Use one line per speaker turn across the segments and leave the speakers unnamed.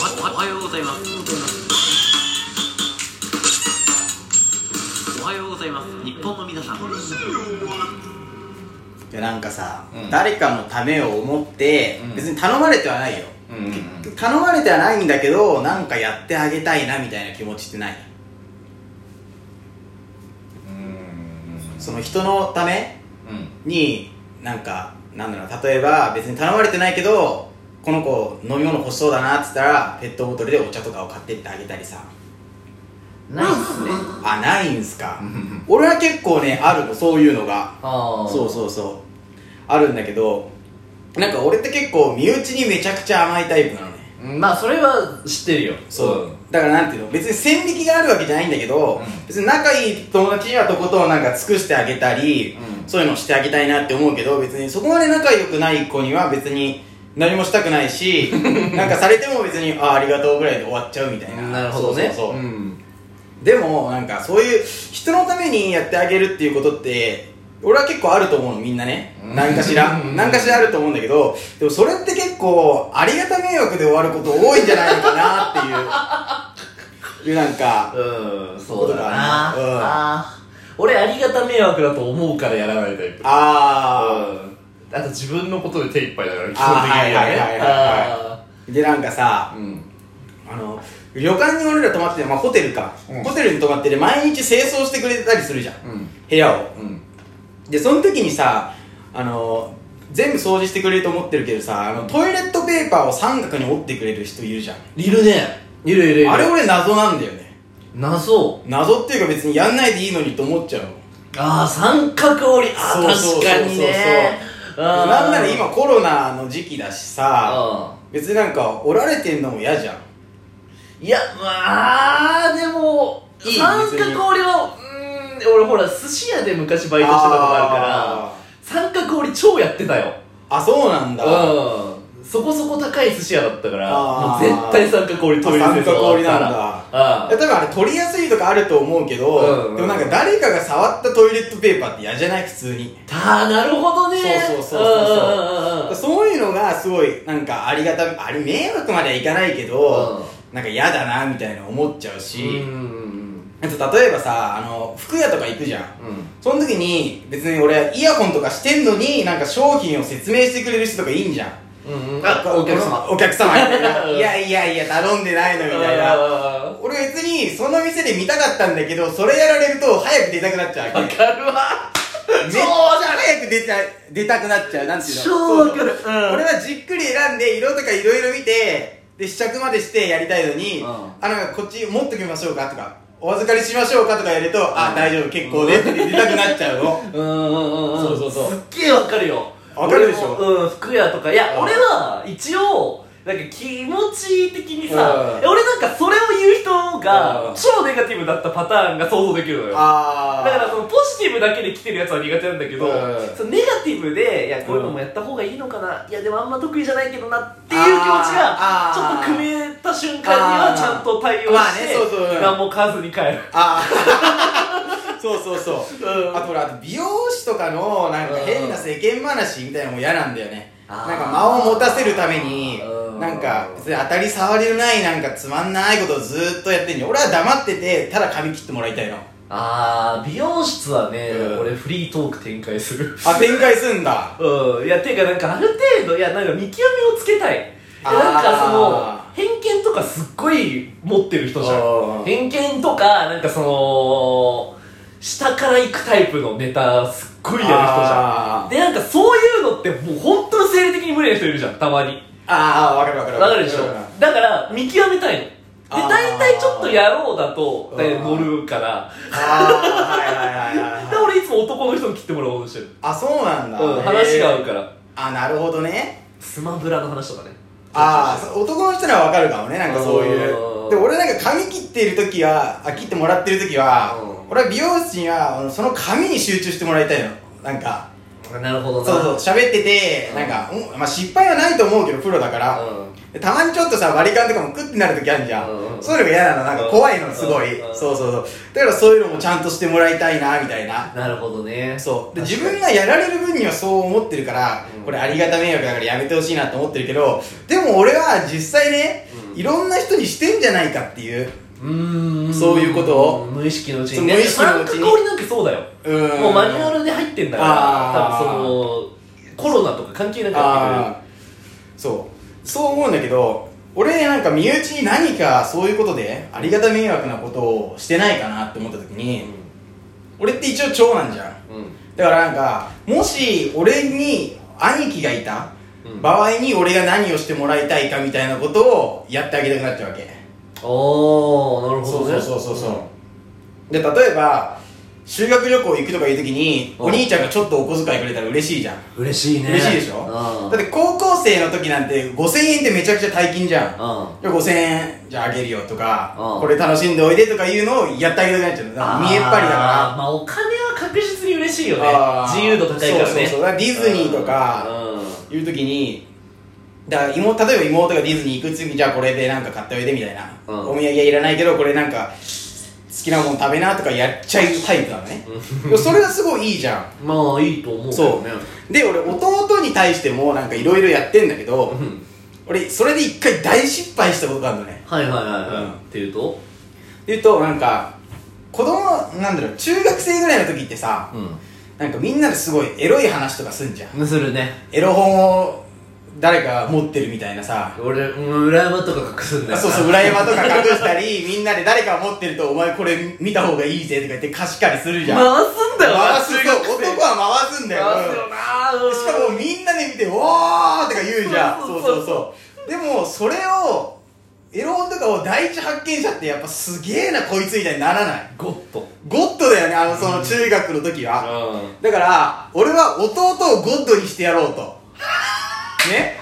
おはようございます。おはようございます。日本の皆さん。
いやなんかさ、
うん
誰かのためを思って、
うん
別に頼まれてはないよ
うんうん
頼まれてはないんだけどなんかやってあげたいなみたいな気持ちってないその人のため
うん
になんかなんだろう例えば別に頼まれてないけどこの子飲み物欲しそうだなっつったらペットボトルでお茶とかを買ってってあげたりさ
ないっすね
あないんすか
うんうん
俺は結構ねあるのそういうのが
ああ
そうそうそうあるんだけどなんか俺って結構身内にめちゃくちゃ甘いタイプなのね
うんまあそれは知ってるよ
そうだからなんていうの別に線引きがあるわけじゃないんだけど、
うん
別に仲いい友達にはとことんなんか尽くしてあげたり、
うん
そういうのをしてあげたいなって思うけど別にそこまで仲良くない子には別に何もしたくない しなんかされても別にああありがとうぐらいで終わっちゃうみたいな
なるほどね
そうそうそう、
ん
でもなんかそういう人のためにやってあげるっていうことって俺は結構あると思うのみんなね
うん
何かしら
うん
何かしらあると思うんだけどでもそれって結構ありがた迷惑で終わること多いんじゃないのかなっていういうなんか
うんそうだ
こと
な
だなうん
あー俺ありがた迷惑だと思うからやらないタイプ
あ
うんあと自分のことで手一杯だから基
あー
本的には
は
ね
いはいはいはい
あ
ーでなんかさ
ーうん
あの旅館に俺ら泊まってて、まあ、ホテルか、
うん
ホテルに泊まってて毎日清掃してくれてたりするじゃん
うん
部屋を
うん
でその時にさあの全部掃除してくれると思ってるけどさあのトイレットペーパーを三角に折ってくれる人いるじゃん
いるねいるいるいる
あれ俺謎なんだよね
謎
謎っていうか別にやんないでいいのにと思っちゃうの
ああ三角折りあー
そうそうそうそう
確かにねあー
なんなら今コロナの時期だしさ
あ
別になんか折られてんのも嫌じゃん
ーいやまあでも
いい
三
別に
角折りはうーん俺ほら寿司屋で昔バイトしてたことあるから
あ
三角折り超やってたよ
ーあそうなんだ
うんそこそこ高い寿司屋だったからも
あ
う
ー
絶対三角折り取り
三角折りなんだ
あ
いや多分あれ取りやすいとかあると思うけど、
うんうん
でもなんか誰かが触ったトイレットペーパーって嫌じゃない普通に
あーなるほどね
そうそうそうそうそうん
んんうん
そういうのがすごいなんかありがたあれ迷惑まではいかないけど、なんか嫌だなみたいな思っちゃうし、
うん
あと例えばさあの服屋とか行くじゃん
うん
その時に別に俺イヤホンとかしてんのになんか商品を説明してくれる人とかいいんじゃん
うんうんあお客様
お客様みたいな
うん
いやいやいや頼んでないのみたいな
な
俺別にその店で見たかったんだけどそれやられると早く出たくなっちゃうわ
わ
け
かるわ
めっちゃ
そうだ
早く出ちゃ出たくなっちゃうなんていうの
超わかる
そうそう
うん
俺はじっくり選んで色とかいろいろ見てで試着までしてやりたいのに、
うん
あなんかこっち持っときましょうかとかお預かりしましょうかとかやると、あ大丈夫結構ですって出たくなっちゃうの
うんうんうんうん
そうそうそう
すっげえわかるよ
わかるでしょ
俺もうん服屋とかいや
うん
俺は一応なんか気持ち的に
う
さ
ん
俺なんかそれを言う人
うん
が超ネガティブだったパターンが想像できるのよだ
あー
からそのポジティブだけで来てるやつは苦手なんだけど
うん
そのネガティブでいやこういうのもやった方がいいのかないやでもあんま得意じゃないけどなっていう気持ちが
あー
ちょっと組めた瞬間には
あー
ちゃんと対応
まあ
し
ねそうそうう
て
ん
何も買わずに帰る
あー そうそうそう
うん
あと俺あと美容師とかのなんか変な世間話みたいなのも嫌なんだよね
あ
な
ー
んか間を持たせるために
うん
なんか別に当たり障りのないなんかつまんないことをずーっとやってんのに俺は黙っててただ髪切ってもらいたいの
あー美容室はね、
うん
俺フリートーク展開する
あ展開すんだ
うんいやていうかなんかある程度いやなんか見極めをつけたいいや
あー
なんかその偏見とかすっごい持ってる人じゃ
うん
ん偏見とかなんかその下から行くタイプのネタすっごいやる人じゃ
あ
ん
ー
でなんかそういうのってもう本当に生理的に無理な人いるじゃんたまに
ああわかるわかる
わかるでしょだから見極めたいので
あー
大体ちょっとやろうだと
うん
大体乗るから
ああはいはいはい はい
で俺いつも男の人に切ってもらおうとしてる、
あそうなんだ
うん、話が合う
ら
から
あなるほどね
スマブラの話とかね
ああ男の人ならわかるかもねなんかそういう
うん
でも俺なんか髪切ってる時はあ切ってもらってる時は
うん
俺は美容室にはあのその髪に集中してもらいたいのなんか
なるほどな
そうそう喋ってて、
うん
なんか、おまあ、失敗はないと思うけどプロだから、
うん
でたまにちょっとさ割り勘とかもクッてなる時あるじゃん、
うん
そういうのが嫌なのなんか怖いのすごい、
うん
そうそうそうだからそういうのもちゃんとしてもらいたいなみたいな
なるほどね
そうで
確
自
かに
分がやられる分にはそう思ってるから、
うん
これありがた迷惑だからやめてほしいなと思ってるけどでも俺は実際ね、
うん
いろんな人にしてんじゃないかっていう
うーん
そういうことを
無意識のうち
そう
にね
無意識のうちに
三角折りなんてそうだよ
うん
もうマニュアルで入ってんだか
あ
ら
ー
多分そのコロナとか関係なくやっ
ああそうそう思うんだけど俺なんか身内に何かそういうことでありがた迷惑なことをしてないかなって思った時
て
に、
くる
俺って一応長男じゃん
う
だからなんかもし俺に兄貴がいた
んうん
場合に俺が何をしてもらいたいかみたいなことをやってあげたくなっちゃうわけ
おーなる
そ
ほ
う
ど
そ
ね
うそうそうそう、で例えば修学旅行行くとかいう時に
うん
お兄ちゃんがちょっとお小遣いくれたら嬉しいじゃん
うん嬉しいね
嬉しいでしょ
うん
だって高校生の時なんて5000円ってめちゃくちゃ大金じゃん
うん
じゃあ5000円じゃああげるよとか
うん
これ楽しんでおいでとかいうのをやってあげたくなっちゃうだから見えっ張りだ
あー
か
まあお金は確実に嬉しいよね
あー
自由度高いからね
そうそうそうだからディズニーとか
うん
らいう時にだから妹例えば妹がディズニー行く次じゃあこれでなんか買っておいでみたいな、
うん
お土産はいらないけどこれなんか好きなもの食べなとかやっちゃうタイプなのねでもそれがすごいいいじゃん
まあいいと思うけどね
で俺弟に対してもなんかいろいろやってんだけど、
うん
俺それで一回大失敗したことがあるのね
はいはいはいはい、
うん
っていうと
で言うとなんか子供なんだろう中学生ぐらいの時ってさ
う
なんかみんなですごいエロい話とかすんじゃん
んするね
エロ本を誰かが持ってるみたいなさ
俺うん裏山とか隠すんだ
あ
よ
そうそう裏山とか隠したり みんなで誰かが持ってるとお前これ見た方がいいぜとか言って貸し借りするじゃん
回すんだよ
回すよ男
は
は回すんだよ
回すよな
うんしかもみんなで見て「おー!」とか言うじゃん
そ
そうう
そう
そ
そう
うそうでもそれをエロ本とかを第一発見者ってやっぱすげえなこいつみたいにならない
ゴッと
ゴッドだよねあのその中学の時は、
う
だから俺は弟をゴッドにしてやろうとね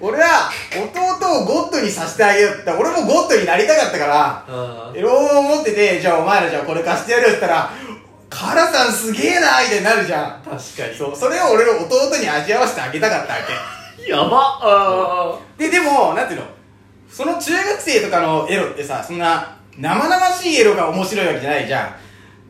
俺は弟をゴッドにさせてあげようって俺もゴッドになりたかったから
ん
エロ本を持っててじゃあお前らじゃあこれ貸してやるよって言ったらカラさんすげえなみたいになるじゃん
確かに
そうそれを俺の弟に味わわせてあげたかったわけ
やばあ
ででもなんていうのその中学生とかのエロってさそんな生々しいエロが面白いわけじゃないじゃん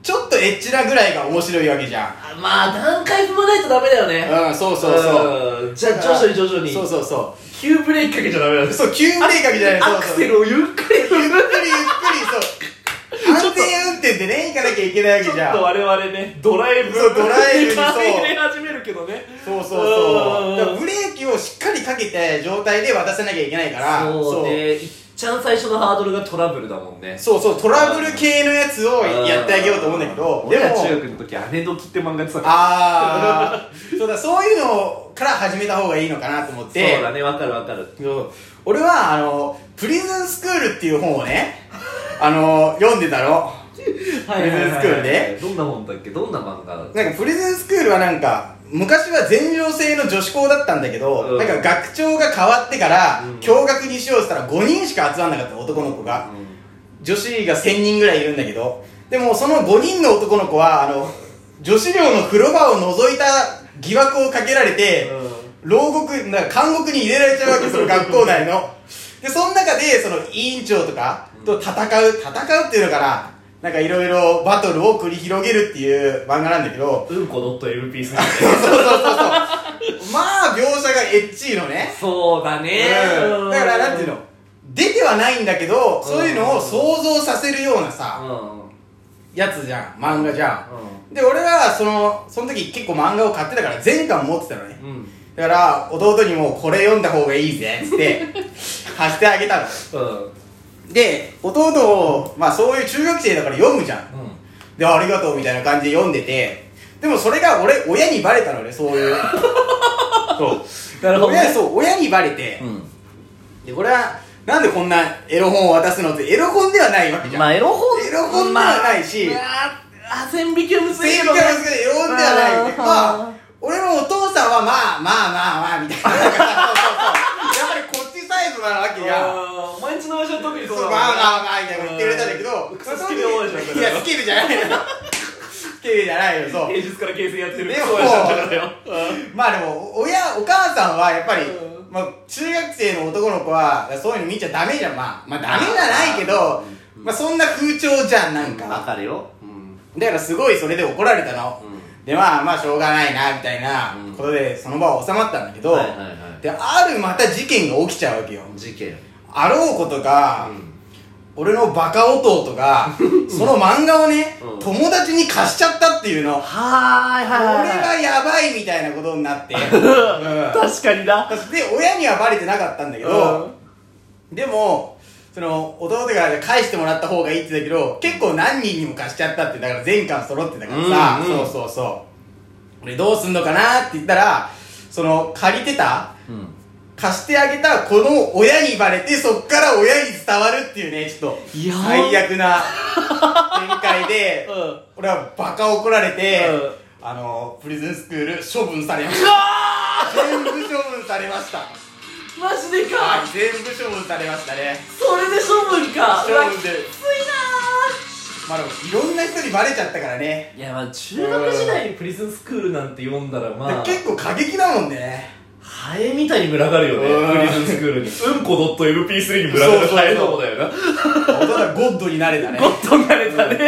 ちょっとエッチなぐらいが面白いわけじゃん
ーまあ段階踏まないとダメだよね
うんそうそうそう
うんじゃあ徐々に徐々に
そうそうそ
急ブレーキかけちゃダメなん
う
です
そう急ブレーキかけじゃない
アク
そうそう
セルをゆっくり踏
ゆっ
む
くりゆっくりそう安全運転でね行かなきゃいけないわ
ち
け
ょっ
じゃん
と我々ねドライブ
そうドライブに
に
そう
入れ始めるけどね
そうそうそううんだからブレーキをしっかりかけて状態で渡さなきゃいけないから
そうでいっちゃん最初のハードルがトラブルだもんね
そうそうトラブル系のやつをやってあげようと思うんだけどで
俺ら中
も
学の時姉時って漫画やってたから
ああ そうだそういうのから始めた方がいいのかなと思っ
そう
て
だねわかるわかる
そう俺はあの「プリズンスクール」っていう本をねあの読んでたの
はいはいはいは
プリズンス
い
クールね
どんな本だっけどんな漫画だっけ
なんかプリズンスクールはなんか昔は全寮制の女子校だったんだけど、
うん
なんか学長が変わってから
うん
共学にしようって言ったら5人しか集まんなかった男の子が、女子が1000人ぐらいいるんだけどでもその5人の男の子はあの女子寮の風呂場を覗いた疑惑をかけられて、牢獄なんか監獄に入れられちゃうわけ その学校内のでその中でその委員長とかと戦う戦うっていうのかななんかいろいろバトルを繰り広げるっていう漫画なんだけど
うんこ .mp3
そうそうそうそうまあ描写がエッチいのね
そうだね
うんだからなんていうの出てはないんだけどそういうのを想像させるようなさ、
うんうん
やつじゃん漫画じゃんで俺はそのその時結構漫画を買ってたから全巻持ってたのね
うん
だから弟にもうこれ読んだ方がいいぜっつって 貸してあげたの
うん
で弟をまあそういう中学生だから読むじゃんでありがとうみたいな感じで読んでてでもそれが俺親にバレたのねそういう そう
なるほどね
親そう親にバレて、でこれはなんでこんなエロ本を渡すのってエロ本ではないわけじゃん、
まあエロ本
エロ本ではないし
まああ線引きはむずい
正解
けどね
はすけど、読んではないって。まあ、俺もお父さんはまあまあまあまあ、みたい な。そうそうそう。やっぱりこっちサイドなわけや。
あーお前んちの親父は特に
そ
そうう
ま
だも
あ
んね
まあまあ、みたいな言ってくれたんだけど、
クソスケベ思いでしょ
いや、スケベじゃないの。スケベ生じゃない よそう
平日から形成やってる
でも
そうやったんだよ
まあでも親お母さんはやっぱり、
う
まあ、中学生の男の子はそういうの見ちゃダメじゃんまあまあダメじゃないけど
うん
まあそんな風潮じゃんなん
わ
か
かるようん
だからすごいそれで怒られたの、
う
でまあまあしょうがないなみたいな
うん
ことでその場は収まったんだけど、
んはいはいは
であるまた事件が起きちゃうわけよ
い事件
あろうことか、
う
俺のバカ弟が その漫画をね、
うん
友達に貸しちゃったっていう
はー
の、
い
これ
はいはい
がやばいみたいなことにな って、うん
確かにな
で親にはバレてなかったんだけど、でもその弟が返してもらった方がいいって言ったけど結構何人にも貸しちゃったってだから全巻揃ってたからさ、
うんうん
そうそうそう俺どうすんのかなって言ったらその借りてた
うん
貸してあげたこの親にバレてそっから親に伝わるっていうねちょっと
いやー
最悪な展 開で、
うん
俺はバカ怒られて、あのプリズンスクール処分されました全部処分されました
マジで
は
か
い、全部処分されましたね
それで処分か
処分で
きつい
まあでもいろんな人にバレちゃったからね、
なーいやまあ中学時代にプリズンスクールなんて読んだらまあ
結構過激だもんね
ハエみたいに群がるよ
う
ね
ん
プリズンスクールにうんこ .mp3 に群
そ
が
うそう
る
そう
ハエの方だよな
大人はゴッドになれたね
ゴッドになれたね